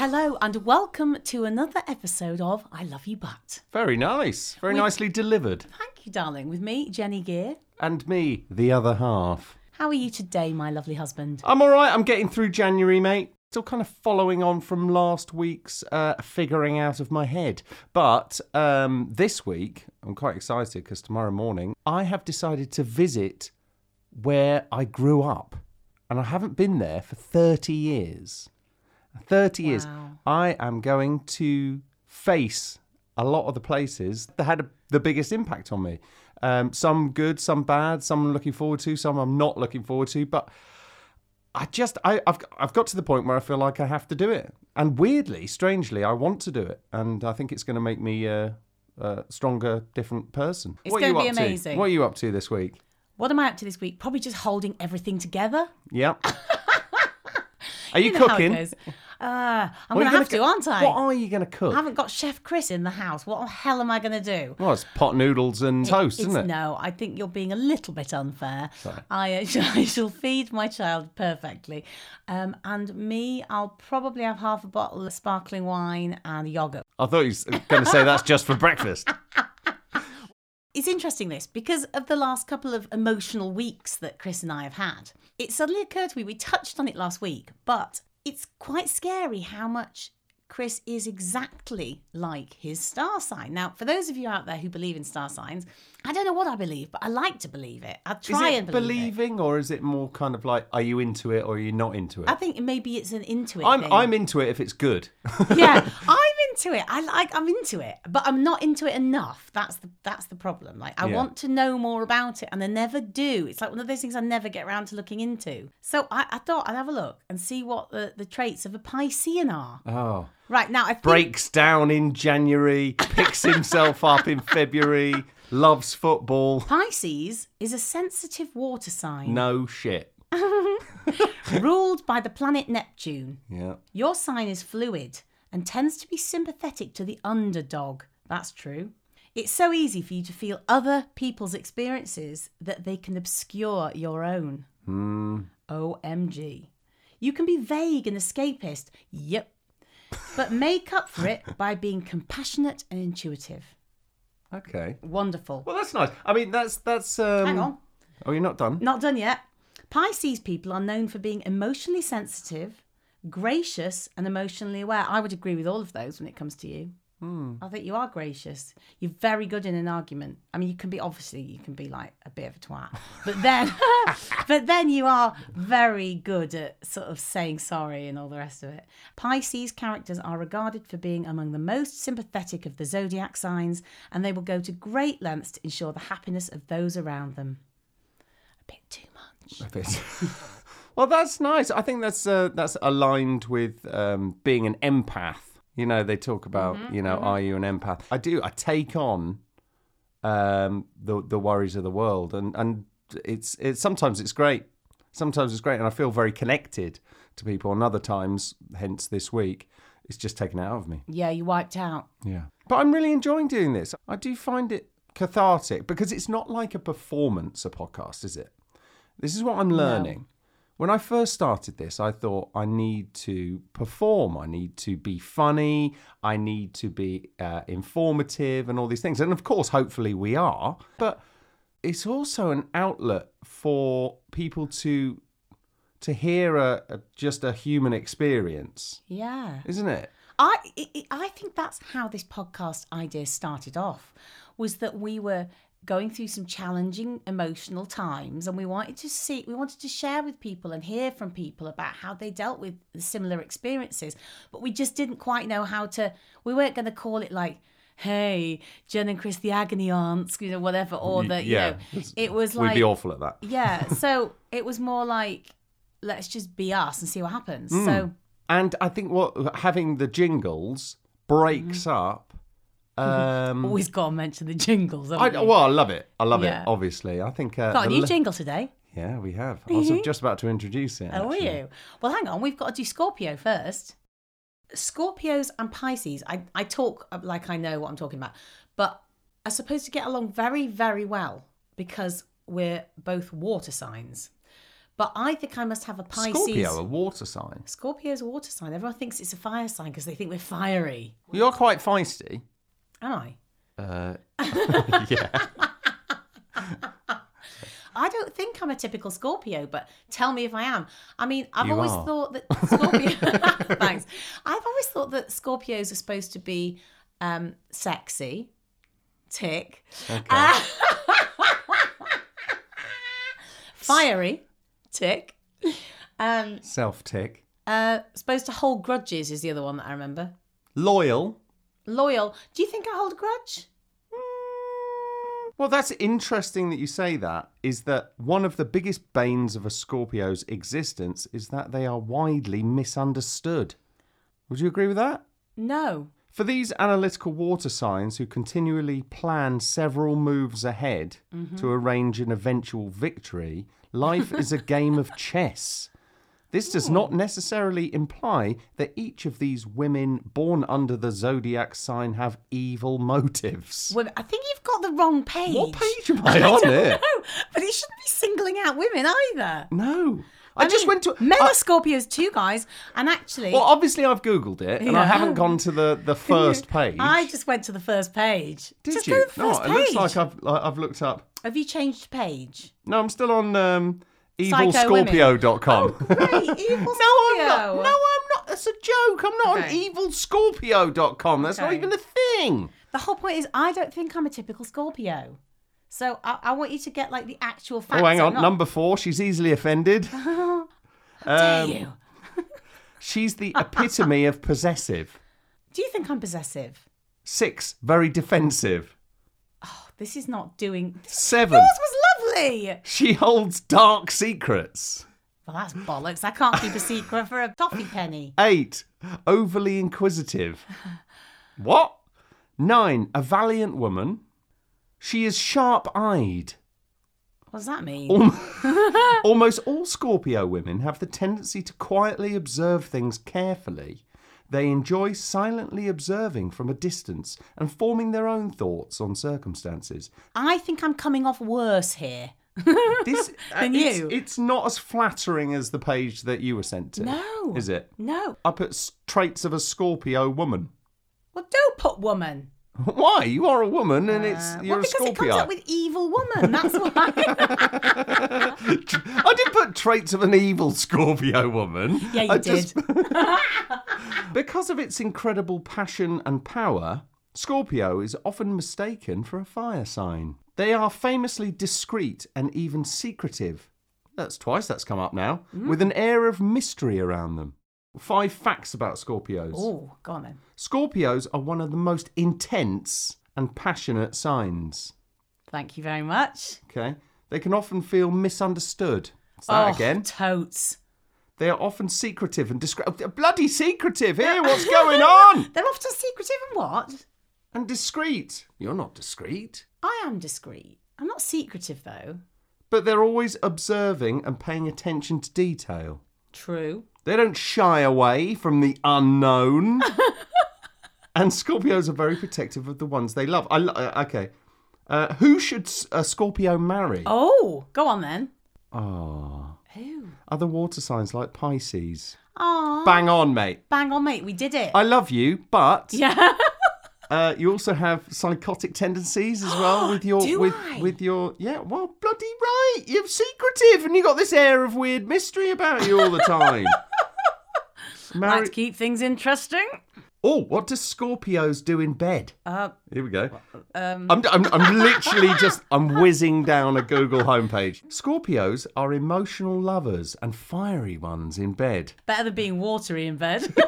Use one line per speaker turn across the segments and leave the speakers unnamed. Hello and welcome to another episode of I Love You But.
Very nice. Very
We-
nicely delivered.
Thank you, darling. With me, Jenny Gear.
And me, the other half.
How are you today, my lovely husband?
I'm all right. I'm getting through January, mate. Still kind of following on from last week's uh, figuring out of my head. But um, this week, I'm quite excited because tomorrow morning I have decided to visit where I grew up. And I haven't been there for 30 years. 30 years.
Wow.
I am going to face a lot of the places that had a, the biggest impact on me. Um, some good, some bad, some I'm looking forward to, some I'm not looking forward to. But I just I, I've I've got to the point where I feel like I have to do it, and weirdly, strangely, I want to do it, and I think it's going to make me a, a stronger, different person.
It's
are you
gonna be
up to?
amazing.
What are you up to this week?
What am I up to this week? Probably just holding everything together.
Yep. are you,
know how it
cooking?
goes. Uh, I'm
What
going
are
to
you
have to,
coo-
aren't I?
What are you going to cook?
I haven't got Chef Chris in the house. What the hell am I going to do?
Well, it's pot noodles and toast,
It's-
isn't it?
No, I think you're being a little bit unfair. I, uh, I shall feed my child perfectly. Um, and me, I'll probably have half a bottle of sparkling wine and yogurt.
I thought you were going to say that's just for breakfast.
It's interesting this because of the last couple of emotional weeks that Chris and I have had. It suddenly occurred to me, we touched on it last week, but it's quite scary how much Chris is exactly like his star sign. Now, for those of you out there who believe in star signs, I don't know what I believe, but I like to believe it. I try
is it
and believe, it.
believing, or is it more kind of like, are you into it or are you not into it?
I think maybe it's an intuitive.
I'm
thing.
I'm into it if it's good.
yeah, I'm into it. I like I'm into it, but I'm not into it enough. That's the that's the problem. Like I
Yeah.
want to know more about it, and I never do. It's like one of those things I never get around to looking into. So I, I thought I'd have a look and see what the, the traits of a Piscean are.
Oh,
Right now, I think
breaks down in January, picks himself up in February, loves football.
Pisces is a sensitive water sign
No shit.
ruled by the planet Neptune.
Yeah.
Your sign is fluid and tends to be sympathetic to the underdog. That's true. It's so easy for you to feel other people's experiences that they can obscure your own. OMG. You can be vague and escapist. Yep. But make up for it by being compassionate and intuitive.
Okay.
Wonderful.
Well, that's nice. I mean, that's that's. Um...
Hang on.
Oh, you're not done.
Not done yet. Pisces people are known for being emotionally sensitive, gracious, and emotionally aware. I would agree with all of those when it comes to you. I think you are gracious. You're very good in an argument. I mean, you can be obviously you can be like a bit of a twat, but then, but then you are very good at sort of saying sorry and all the rest of it. Pisces characters are regarded for being among the most sympathetic of the zodiac signs, and they will go to great lengths to ensure the happiness of those around them. A bit too much.
A bit. well, that's nice. I think that's uh, that's aligned with um, being an empath. You know, they talk about you know, are you an empath? I do. I take on um, the the worries of the world, and and it's it's sometimes it's great, sometimes it's great, and I feel very connected to people, and other times, hence this week, it's just taken it out of me.
Yeah, you wiped out.
Yeah. But I'm really enjoying doing this. I do find it cathartic because it's not like a performance, a podcast, is it? This is what I'm learning. When I first started this, I thought I need to perform, I need to be funny, I need to be uh, informative, and all these things. And of course, hopefully, we are. But it's also an outlet for people to to hear a, a just a human experience,
Yeah.
isn't it?
I i i I think that's how this podcast idea started off was that we were going through some challenging emotional times and we wanted to see we wanted to share with people and hear from people about how they dealt with the similar experiences but we just didn't quite know how to we weren't going to call it like hey jen and chris the agony aunts you know whatever or
Y-
the
yeah.
you know it was like
We'd be awful at that.
yeah so it was more like let's just be us and see what happens
Hmm.
so
And I think what having the jingles breaks
Mm-hmm.
up. Um,
always got to mention the jingles haven't
I,
we?
well, I love it. I love
Oh, Yeah.
it. Obviously, I think. Uh,
Got a
the
new
le-
jingle today.
yeah, we have. I was just about to introduce it.
Mm-hmm. Oh, are
actually.
you? Well, hang on. We've got to do Scorpio first. Scorpios and Pisces, I, I talk uh, like I know what I'm talking about, but are supposed to get along very, very well because we're both water signs. But I think I must have a Pisces.
Scorpio, a water sign.
Scorpio's a water sign. Everyone thinks it's a fire sign because they think we're fiery.
You're quite feisty.
Am I?
Uh, yeah.
I don't think I'm a typical Scorpio, but tell me if I am. I mean, I've
You
always
are.
thought that Scorpio. thanks. I've always thought that Scorpios are supposed to be um, sexy, tick, Uh,
Okay.
fiery, tick. Um,
Self tick.
uh, supposed to hold grudges is the other one that I remember.
Loyal.
Loyal. Do you think I hold a grudge?
Well, that's interesting that you say that. Is that one of the biggest banes of a Scorpio's existence is that they are widely misunderstood. Would you agree with that?
No.
For these analytical water signs who continually plan several moves ahead
Mm-hmm.
to arrange an eventual victory, life is a game of chess. This does not necessarily imply that each of these women born under the zodiac sign have evil motives.
Women. I think you've got the wrong page.
What page am I on here?
No, but you shouldn't be singling out women either.
No. I, just
mean,
went to.
Men
I-
are Scorpios too, guys. And actually,
well, obviously, I've Googled it and I
Yeah.
haven't gone to the, the first page.
I just went to the first page.
Did
just
you?
Go to the
no,
first
it looks
page.
like I've, like I've looked up.
Have you changed page?
No, I'm still on um,
Psycho
evilscorpio.com.
Great, evil
no, I'm not.
Oh, Scorpio.
No, I'm not. That's a joke. I'm not
Okay.
on evilscorpio.com. That's not
Okay.
even a thing.
The whole point is, I don't think I'm a typical Scorpio. So I, I want you to get like the actual facts.
Oh, hang on.
and not-
Number four. She's easily offended.
Dare
Um,
you?
She's the epitome of possessive.
Do you think I'm possessive?
Six. Very defensive.
This is not doing. This
Seven.
was lovely.
She holds dark secrets.
Well, that's bollocks. I can't keep a secret for a toffee penny.
Eight. Overly inquisitive. What? Nine. A valiant woman. She is sharp eyed.
What does that mean?
Almost all Scorpio women have the tendency to quietly observe things carefully. They enjoy silently observing from a distance and forming their own thoughts on circumstances.
I think I'm coming off worse here.
This uh,
Than
it's,
you.
it's not as flattering as the page that you were sent to.
No.
Is it?
No.
I put s- traits of a Scorpio woman.
Well, don't put woman.
Why? You are a woman and it's
Uh,
you're
well,
a
because it
Scorpio.
comes up with evil woman. That's why.
I did put traits of an evil Scorpio woman.
yeah, you
I
did.
just- Because of its incredible passion and power, Scorpio is often mistaken for a fire sign. They are famously discreet and even secretive. That's twice that's come up now,
Mm.
with an air of mystery around them. Five facts about Scorpios.
Oh, go on then.
Scorpios are one of the most intense and passionate signs.
Thank you very much.
Okay? They can often feel misunderstood. It's that
Oh,
again.
Totes.
They are often secretive and discreet. Bloody secretive here, what's going on?
They're often secretive and what?
and discreet. You're not discreet.
I am discreet. I'm not secretive though.
But they're always observing and paying attention to detail.
True.
They don't shy away from the unknown. and Scorpios are very protective of the ones they love. I lo- uh, okay. Uh, who should s- a Scorpio marry? Ah,
Oh, go on then. Who?
other water signs like Pisces.
Oh,
Bang on, mate.
bang on, mate. We did it.
I love you, but
yeah.
uh, you also have psychotic tendencies as well with your
Do
with
I?
with your yeah well bloody right you're secretive and you got this air of weird mystery about you all the time
Like
Marry-
to keep things interesting.
oh what do scorpios do in bed
Uh, um,
here we go I'm, I'm, I'm literally just i'm whizzing down a google homepage scorpios are emotional lovers and fiery ones in bed
better than being watery in bed. go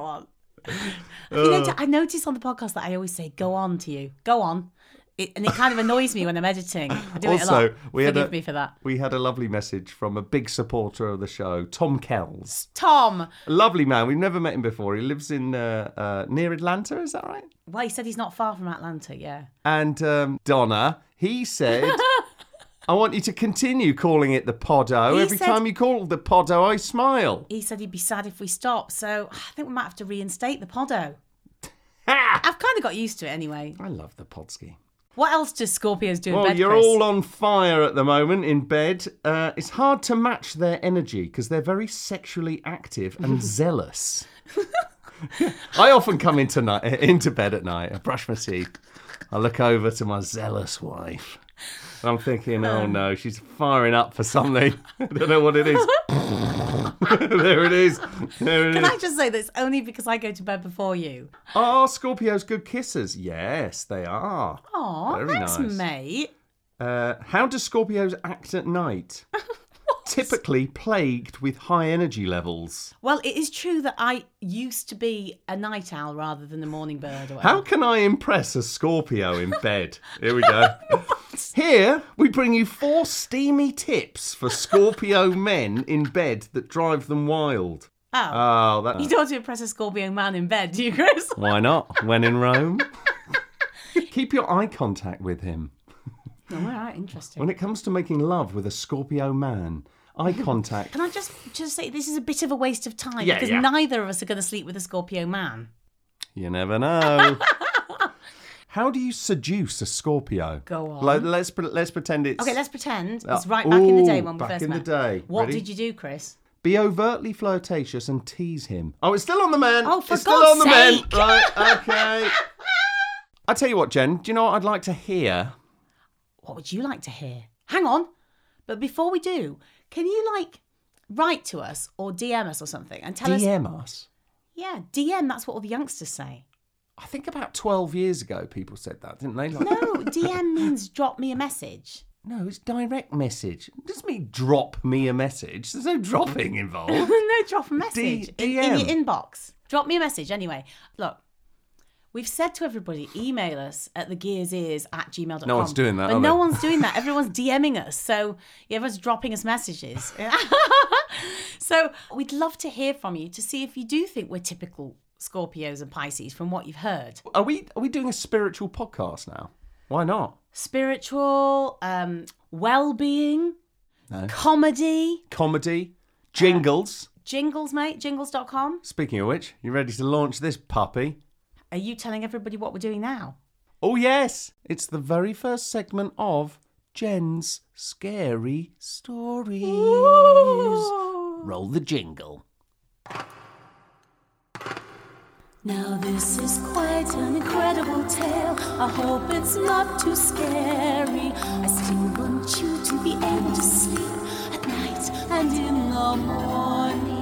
on.
Uh.
You know, I notice on the podcast that I always say "go on" to you. Go on, it, and it kind of annoys me when I'm editing. I do it a lot.
Also, we had
Forgive
a-
me for that.
we had a lovely message from a big supporter of the show tom kells
Tom.
A lovely man. We've never met him before. He lives in uh, uh, near Atlanta. Is that right?
Well, he said he's not far from Atlanta. Yeah.
And um, Donna, he said, I want you to continue calling it the Podo.
He
Every
said-
time you call the Podo, I smile.
He said he'd be sad if we stopped, so I think we might have to reinstate the podo. I've kind of got used to it anyway.
I love the Podski.
What else does Scorpios do in
Well,
bed,
Oh, you're
Chris?
all on fire at the moment in bed. Uh, it's hard to match their energy because they're very sexually active and zealous. I often come into night, into bed at night. I brush my teeth. I look over to my zealous wife, and I'm thinking, "Oh
Um,
no, she's firing up for something. I don't know what it is." there it is. There it is.
Can I just say that it's only because I go to bed before you?
Are Scorpios good kissers? Yes, they are.
Aw,
Very
thanks,
nice.
mate.
Uh, how do Scorpios act at night? Typically plagued with high energy levels.
Well, it is true that I used to be a night owl rather than a morning bird. Or whatever.
How can I impress a Scorpio in bed? Here we go. Here, we bring you four steamy tips for Scorpio men in bed that drive them wild.
Oh.
Oh,
You
that.
don't want to impress a Scorpio man in bed, do you, Chris?
Why not? When in Rome? Keep your eye contact with him.
No, all right, interesting.
When it comes to making love with a Scorpio man, eye contact.
Can I just just say this is a bit of a waste of time
Yeah,
because
yeah.
neither of us are going to sleep with a Scorpio man.
You never know. How do you seduce a Scorpio?
Go on.
Like, let's pre- let's pretend it's
Okay, let's pretend
Uh,
it's right back in the day
ooh,
when we
back
first
in the
met.
day.
What
Ready?
did you do, Chris?
be overtly flirtatious and tease him. Oh, it's still on the men.
Oh, for
it's still
God's
on the men.
sake.
Right, okay. I tell you what, Jen. Do you know what I'd like to hear?
What would you like to hear? Hang on, but before we do, can you like write to us or DM us or something and tell us?
DM us.
Yeah, DM. That's what all the youngsters say.
I think about twelve years ago, people said that, didn't they? Like,
No, DM means drop me a message.
no, it's direct message. It doesn't mean drop me a message. There's no dropping involved.
no, drop a message in, in your
DM.
inbox. Drop me a message anyway. Look, we've said to everybody, email us at thegearsears at gmail.com.
No one's doing that,
But
are
no
they?
one's doing that. Everyone's DMing us. So yeah, everyone's dropping us messages. so we'd love to hear from you to see if you do think we're typical Scorpios and Pisces from what you've heard.
Are we are we doing a spiritual podcast now? Why not?
Spiritual, um, well being,
No.
comedy,
Comedy, jingles.
jingles, mate, jingles.com.
Speaking of which, you ready to launch this puppy?
Are you telling everybody what we're doing now?
Oh, yes! It's the very first segment of Jen's Scary Stories. Roll the jingle.
Now this is quite an incredible tale. I hope it's not too scary. I still want you to be able to sleep at night and in the morning.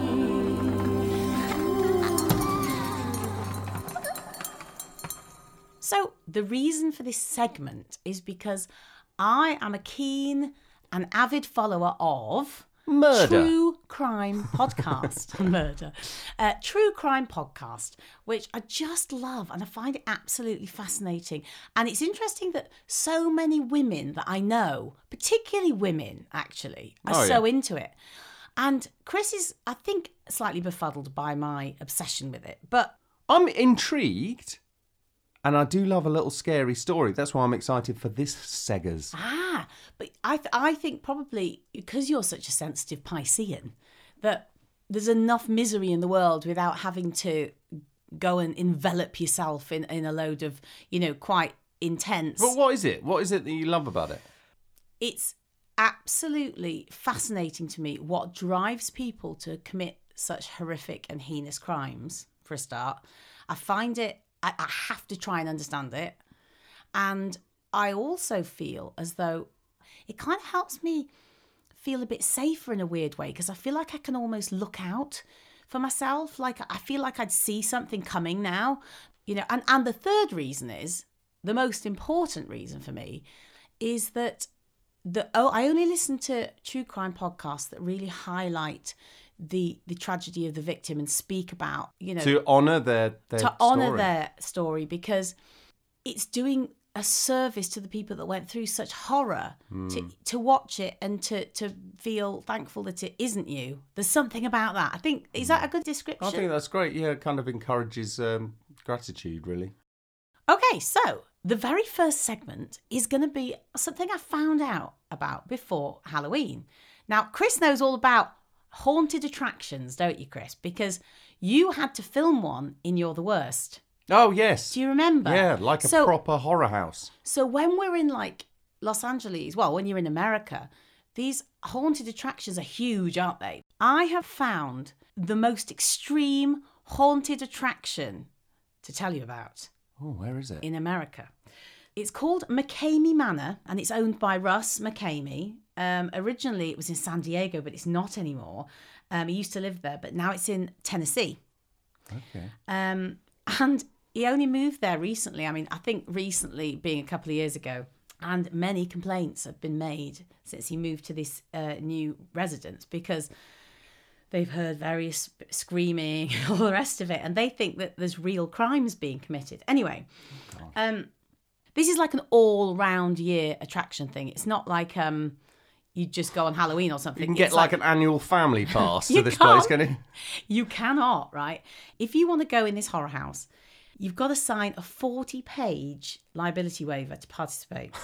So, the reason for this segment is because I am a keen and avid follower of
Murder.
True Crime Podcast. Murder. Uh, true Crime Podcast, which I just love and I find it absolutely fascinating. And it's interesting that so many women that I know, particularly women actually, are
Oh,
so
yeah.
into it. And Chris is, I think, slightly befuddled by my obsession with it. But
I'm intrigued, and I do love a little scary story. That's why I'm excited for this Segas.
Ah, but I th- I think probably because you're such a sensitive Piscean that there's enough misery in the world without having to go and envelop yourself in, in a load of you know quite intense.
But what is it? What is it that you love about it?
it's absolutely fascinating to me what drives people to commit such horrific and heinous crimes. For a start, I find it. I, I have to try and understand it. And I also feel as though it kind of helps me feel a bit safer in a weird way because I feel like I can almost look out for myself. Like I feel like I'd see something coming now, you know. And, and the third reason is the most important reason for me is that the oh I only listen to true crime podcasts that really highlight the the tragedy of the victim and speak about you know
To honour their, their
to honor
story.
their story because it's doing a service to the people that went through such horror
Hmm.
to, to watch it and to, to feel thankful that it isn't you. There's something about that. I think,
Hmm.
is that a good description?
I think that's great. Yeah, it kind of encourages um, gratitude, really.
Okay, so the very first segment is going to be something I found out about before Halloween. Now, Chris knows all about haunted attractions, don't you, Chris? Because you had to film one in You're the Worst.
Oh yes.
Do you remember?
Yeah, like a
so,
proper horror house.
So when we're in like Los Angeles, well, when you're in America, these haunted attractions are huge, aren't they? I have found the most extreme haunted attraction to tell you about
Oh, where is it?
in America. It's called McCamey Manor and it's owned by Russ McCamey. Um, originally, it was in San Diego, but it's not anymore. Um, he used to live there, but now it's in Tennessee.
Okay.
Um, and he only moved there recently. I mean, I think recently being a couple of years ago. And many complaints have been made since he moved to this uh, new residence because they've heard various sp- screaming and all the rest of it. And they think that there's real crimes being committed. Anyway,
Oh,
um, this is like an all round year attraction thing. It's not like um, you just go on Halloween or something.
You can get
It's
like, an annual family pass to
You
this
can't.
place, can you?
You cannot, right? If you want to go in this horror house, you've got to sign a 40 page liability waiver to participate.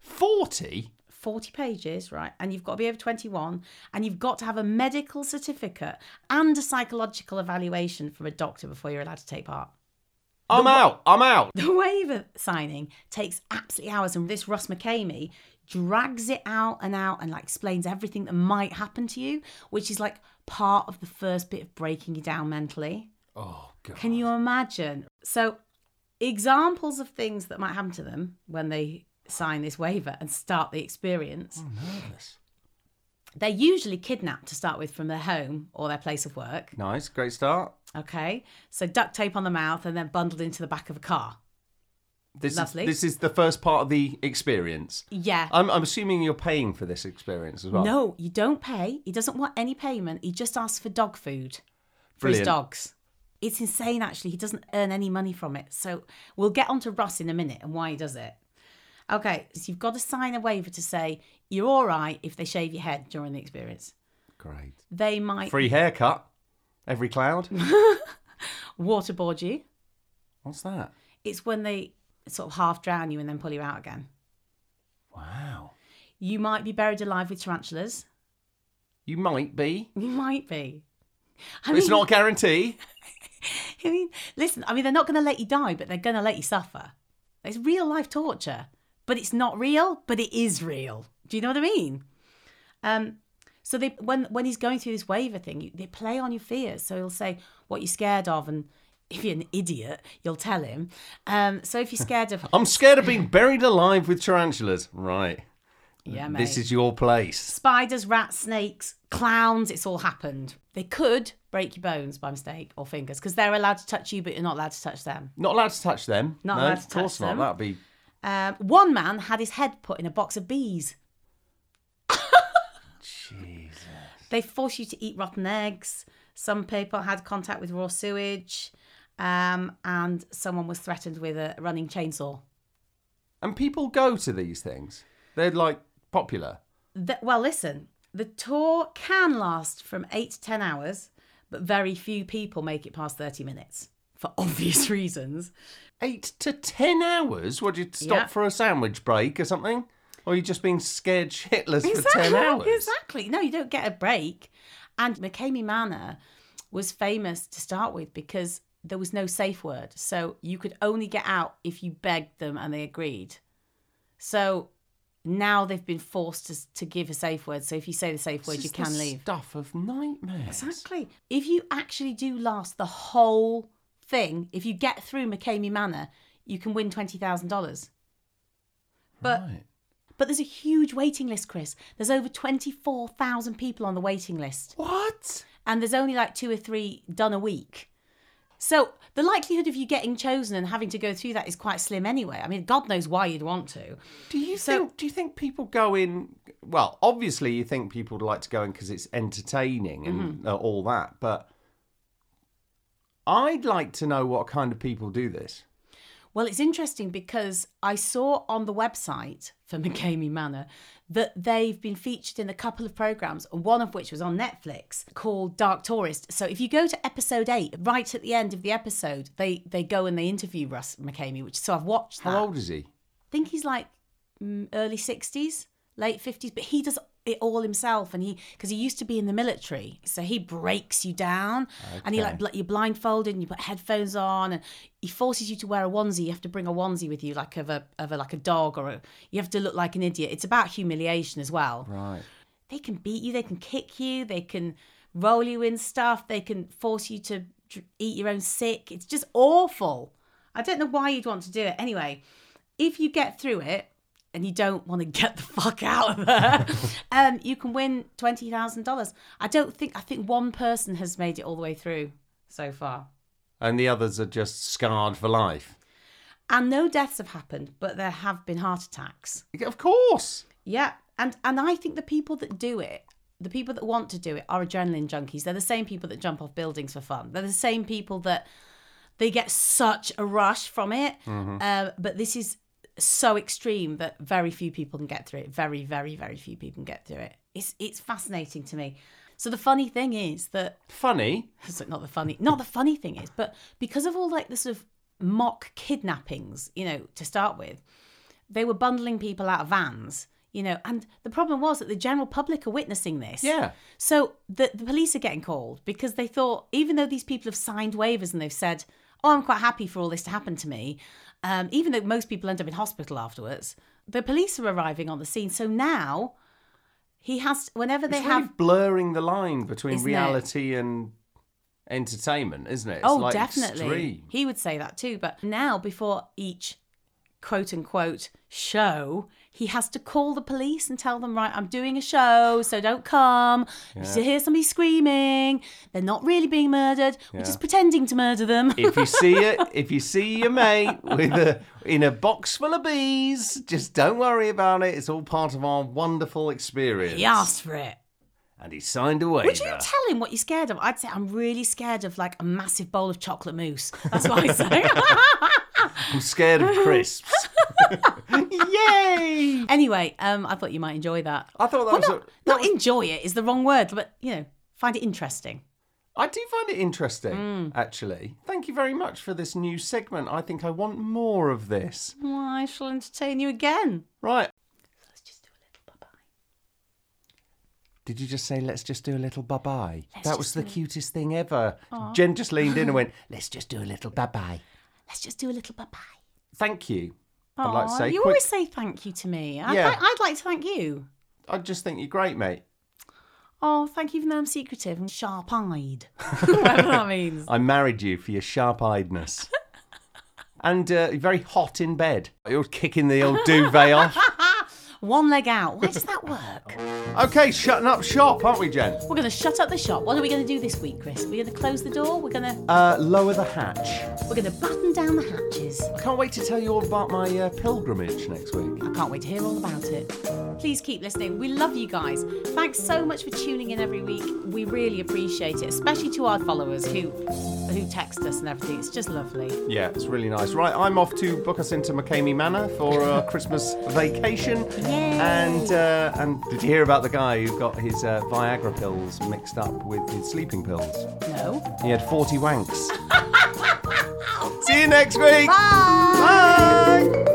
Forty.
40 pages, right? And you've got to be over 21 and you've got to have a medical certificate and a psychological evaluation from a doctor before you're allowed to take part.
I'm out. I'm out.
The waiver signing takes absolutely hours, and this Russ McCamey drags it out and out and like explains everything that might happen to you, which is like part of the first bit of breaking you down mentally.
Oh god.
Can you imagine? So, examples of things that might happen to them when they sign this waiver and start the experience.
Hmm. Nervous.
They're usually kidnapped to start with from their home or their place of work.
Nice. Great start.
Okay. So, duct tape on the mouth and then bundled into the back of a car.
This
Lovely.
is this is the first part of the experience.
Yeah.
I'm, I'm assuming you're paying for this experience as well.
No, you don't pay. He doesn't want any payment. He just asks for dog food for
Brilliant.
his dogs. It's insane, actually. He doesn't earn any money from it. So we'll get on to Russ in a minute and why he does it. Okay, so you've got to sign a waiver to say you're all right if they shave your head during the experience.
Great.
They might
Free haircut. Every cloud.
waterboard you.
What's that?
It's when they sort of half drown you and then pull you out again.
Wow.
You might be buried alive with tarantulas.
You might be.
You might be. I
But it's
mean-
not a guarantee.
I mean, listen, I mean, they're not going to let you die, but they're going to let you suffer. It's real life torture, but it's not real, but it is real. Do you know what I mean? Um, so they, when when he's going through this waiver thing, you, they play on your fears. So he'll say what you're scared of, and if you're an idiot, you'll tell him. Um, so if you're scared of,
I'm scared of being buried alive with tarantulas. Right.
yeah, mate.
This is your place.
spiders, rats, snakes, clowns, it's all happened. They could break your bones by mistake or fingers because they're allowed to touch you, but you're not allowed to touch them.
Not allowed to touch them.
Not
no,
allowed to
of course
touch
not.
them.
That'd be
Um, one man had his head put in a box of bees.
Jesus.
They force you to eat rotten eggs. Some people had contact with raw sewage. Um, and someone was threatened with a running chainsaw.
And people go to these things. They're like popular.
The, well, listen, the tour can last from eight to 10 hours, but very few people make it past 30 minutes for obvious reasons.
Eight to ten hours? Would you stop
Yeah.
for a sandwich break or something? Or are you just being scared shitless for ten
Exactly,
hours?
Exactly. No, you don't get a break. And McCamey Manor was famous to start with because there was no safe word. So you could only get out if you begged them and they agreed. So now they've been forced to, to give a safe word. So if you say the safe word,
This
you
is
can
the
leave.
Stuff of nightmares.
Exactly. If you actually do last the whole thing, if you get through McCamey Manor, you can win $20,000. But
Right.
but there's a huge waiting list, Chris. There's over 24,000 people on the waiting list,
What?
and there's only like two or three done a week. So the likelihood of you getting chosen and having to go through that is quite slim anyway. I mean, God knows why you'd want to.
Do you
So-
think? Do you think people go in? Well, obviously, you think people like to go in because it's entertaining and
Mm-hmm.
uh, all that. But I'd like to know what kind of people do this.
Well, it's interesting because I saw on the website for McCamey Manor that they've been featured in a couple of programs, one of which was on Netflix called Dark Tourist. So if you go to episode eight, right at the end of the episode, they they go and they interview Russ McCamey, which so I've watched that.
How old is he?
I think he's like mm, early 60s, late 50s, but he does it all himself and he because he used to be in the military so he breaks you down and he like bl- you're blindfolded and you put headphones on and he forces you to wear a onesie you have to bring a onesie with you like of a of a like a dog or a, you have to look like an idiot it's about humiliation as well
Right.
they can beat you, they can kick you, they can roll you in stuff, they can force you to dr- eat your own sick. It's just awful. I don't know why you'd want to do it. Anyway, if you get through it and you don't want to get the fuck out of there, um, you can win twenty thousand dollars. I don't think I think one person has made it all the way through so far,
And the others are just scarred for life.
and no deaths have happened, but there have been heart attacks.
Of course.
Yeah, and and I think the people that do it, the people that want to do it, are adrenaline junkies. They're the same people that jump off buildings for fun. They're the same people that they get such a rush from it. Uh, but this is so extreme that very few people can get through it. Very, very, very few people can get through it. It's it's fascinating to me. So the funny thing is that
Funny.
it's like not the funny not the funny thing is but because of all like the sort of mock kidnappings you know to start with they were bundling people out of vans you know and the problem was that the general public are witnessing this
Yeah.
so the, the police are getting called because they thought even though these people have signed waivers and they've said oh i'm quite happy for all this to happen to me um, even though most people end up in hospital afterwards the police are arriving on the scene so now he has whenever they
It's
have
really blurring the line between
Isn't it?
reality and entertainment, isn't it? It's
oh,
like
definitely.
extreme.
He would say that too. But now, before each quote unquote show, he has to call the police and tell them, right, I'm doing a show, so don't come. You still hear somebody screaming. They're not really being murdered. We're
Yeah.
just pretending to murder them.
if you see it, if you see your mate with a in a box full of bees, just don't worry about it. It's all part of our wonderful experience.
he asked for it.
And he signed away.
Would you tell him what you're scared of? I'd say I'm really scared of like a massive bowl of chocolate mousse. That's what I say.
I'm scared of crisps. Yay!
anyway, um, I thought you might enjoy that.
I thought that
Well,
was.
not,
a-
not enjoy it is the wrong word, but you know, find it interesting.
I do find it interesting, actually. Thank you very much for this new segment. I think I want more of this.
Well, I shall entertain you again.
Right.
Let's just do a little bye bye.
Did you just say, let's just do a little bye bye? That was the cutest thing ever. Jen just leaned in and went, let's just do a little bye bye.
Let's just do a little bye bye.
Thank you. I'd like to
Aw,
say,
you
quick,
always say thank you to me. I'd,
Yeah.
like- I'd like to thank you.
I just think you're great, mate.
Oh, thank you, even though I'm secretive and sharp eyed. Whatever that means.
I married you for your sharp eyedness. and uh, you're very hot in bed. You're kicking the old duvet off.
One leg out. Why does that work?
Okay, shutting up shop, aren't we, Jen?
We're going to shut up the shop. What are we going to do this week, Chris? We're going to close the door. We're going to
Uh, lower the hatch.
we're going to batten down the hatches.
I can't wait to tell you all about my uh, pilgrimage next week.
I can't wait to hear all about it. Please keep listening. We love you guys. Thanks so much for tuning in every week. We really appreciate it, especially to our followers who who text us and everything. It's just lovely.
Yeah, it's really nice. Right, I'm off to book us into McCamey Manor for our Christmas vacation. And uh, and did you hear about the guy who got his uh, Viagra pills mixed up with his sleeping pills?
No.
He had 40 wanks. See you next week.
Bye.
Bye.